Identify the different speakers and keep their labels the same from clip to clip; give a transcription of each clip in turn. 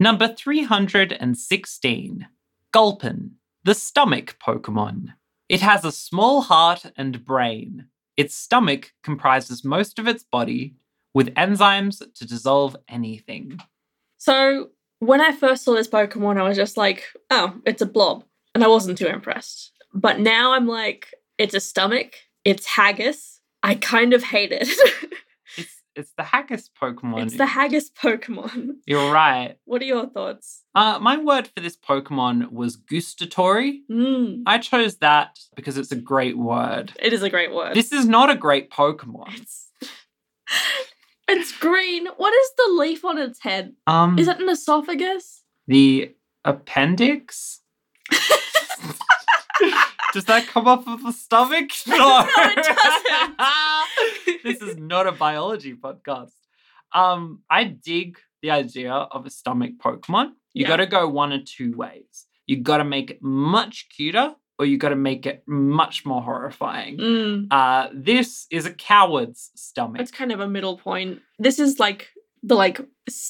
Speaker 1: Number 316 Gulpin, the stomach Pokemon. It has a small heart and brain. Its stomach comprises most of its body, with enzymes to dissolve anything.
Speaker 2: So when I first saw this Pokemon, I was just like, oh, it's a blob. And I wasn't too impressed. But now I'm like, it's a stomach, it's haggis. I kind of hate it.
Speaker 1: It's, it's the haggis Pokemon.
Speaker 2: it's the haggis Pokemon.
Speaker 1: You're right.
Speaker 2: What are your thoughts?
Speaker 1: Uh, my word for this Pokemon was gustatory.
Speaker 2: Mm,
Speaker 1: I chose that because it's a great word.
Speaker 2: it is a great word.
Speaker 1: This is not a great Pokemon.
Speaker 2: it's, it's green. What is the leaf on its head?
Speaker 1: Um,
Speaker 2: Is it an esophagus?
Speaker 1: the appendix? Does that come off of the stomach? No,
Speaker 2: No, it doesn't.
Speaker 1: this is not a biology podcast. Um, I dig the idea of a stomach Pokemon. You
Speaker 2: Yeah.
Speaker 1: got to go one or two ways. You got to make it much cuter, or you got to make it much more horrifying.
Speaker 2: Mm,
Speaker 1: Uh, this is a coward's stomach.
Speaker 2: that's kind of a middle point. This is like the like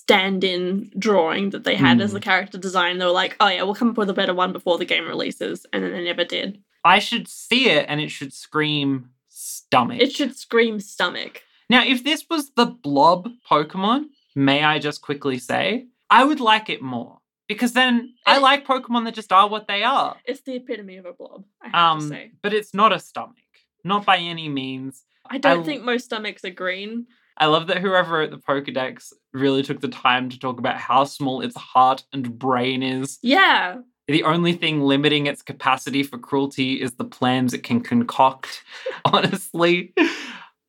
Speaker 2: stand-in drawing that they had as
Speaker 1: Mm.
Speaker 2: the character design. They were like, oh yeah, we'll come up with a better one before the game releases, and then they never did.
Speaker 1: I should see it and it should scream stomach.
Speaker 2: It should scream stomach.
Speaker 1: Now, if this was the blob Pokemon, may I just quickly say, I would like it more because then I
Speaker 2: Eh.
Speaker 1: like Pokemon that just are what they are.
Speaker 2: It's the epitome of a blob, I have to
Speaker 1: Um,
Speaker 2: say.
Speaker 1: but it's not a stomach, not by any means.
Speaker 2: I don't
Speaker 1: I-
Speaker 2: think most stomachs are green.
Speaker 1: I love that whoever wrote the Pokedex really took the time to talk about how small its heart and brain is.
Speaker 2: Yeah.
Speaker 1: The only thing limiting its capacity for cruelty is the plans it can concoct. Honestly,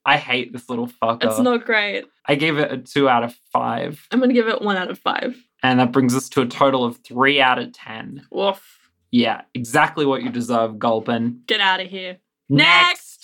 Speaker 1: I hate this little fucker.
Speaker 2: It's not great.
Speaker 1: I gave it a two out of five,
Speaker 2: I'm gonna give it one out of five.
Speaker 1: and that brings us to a total of three out of ten.
Speaker 2: Woof.
Speaker 1: Yeah, exactly what you deserve, Gulpin.
Speaker 2: Get out of here. Next.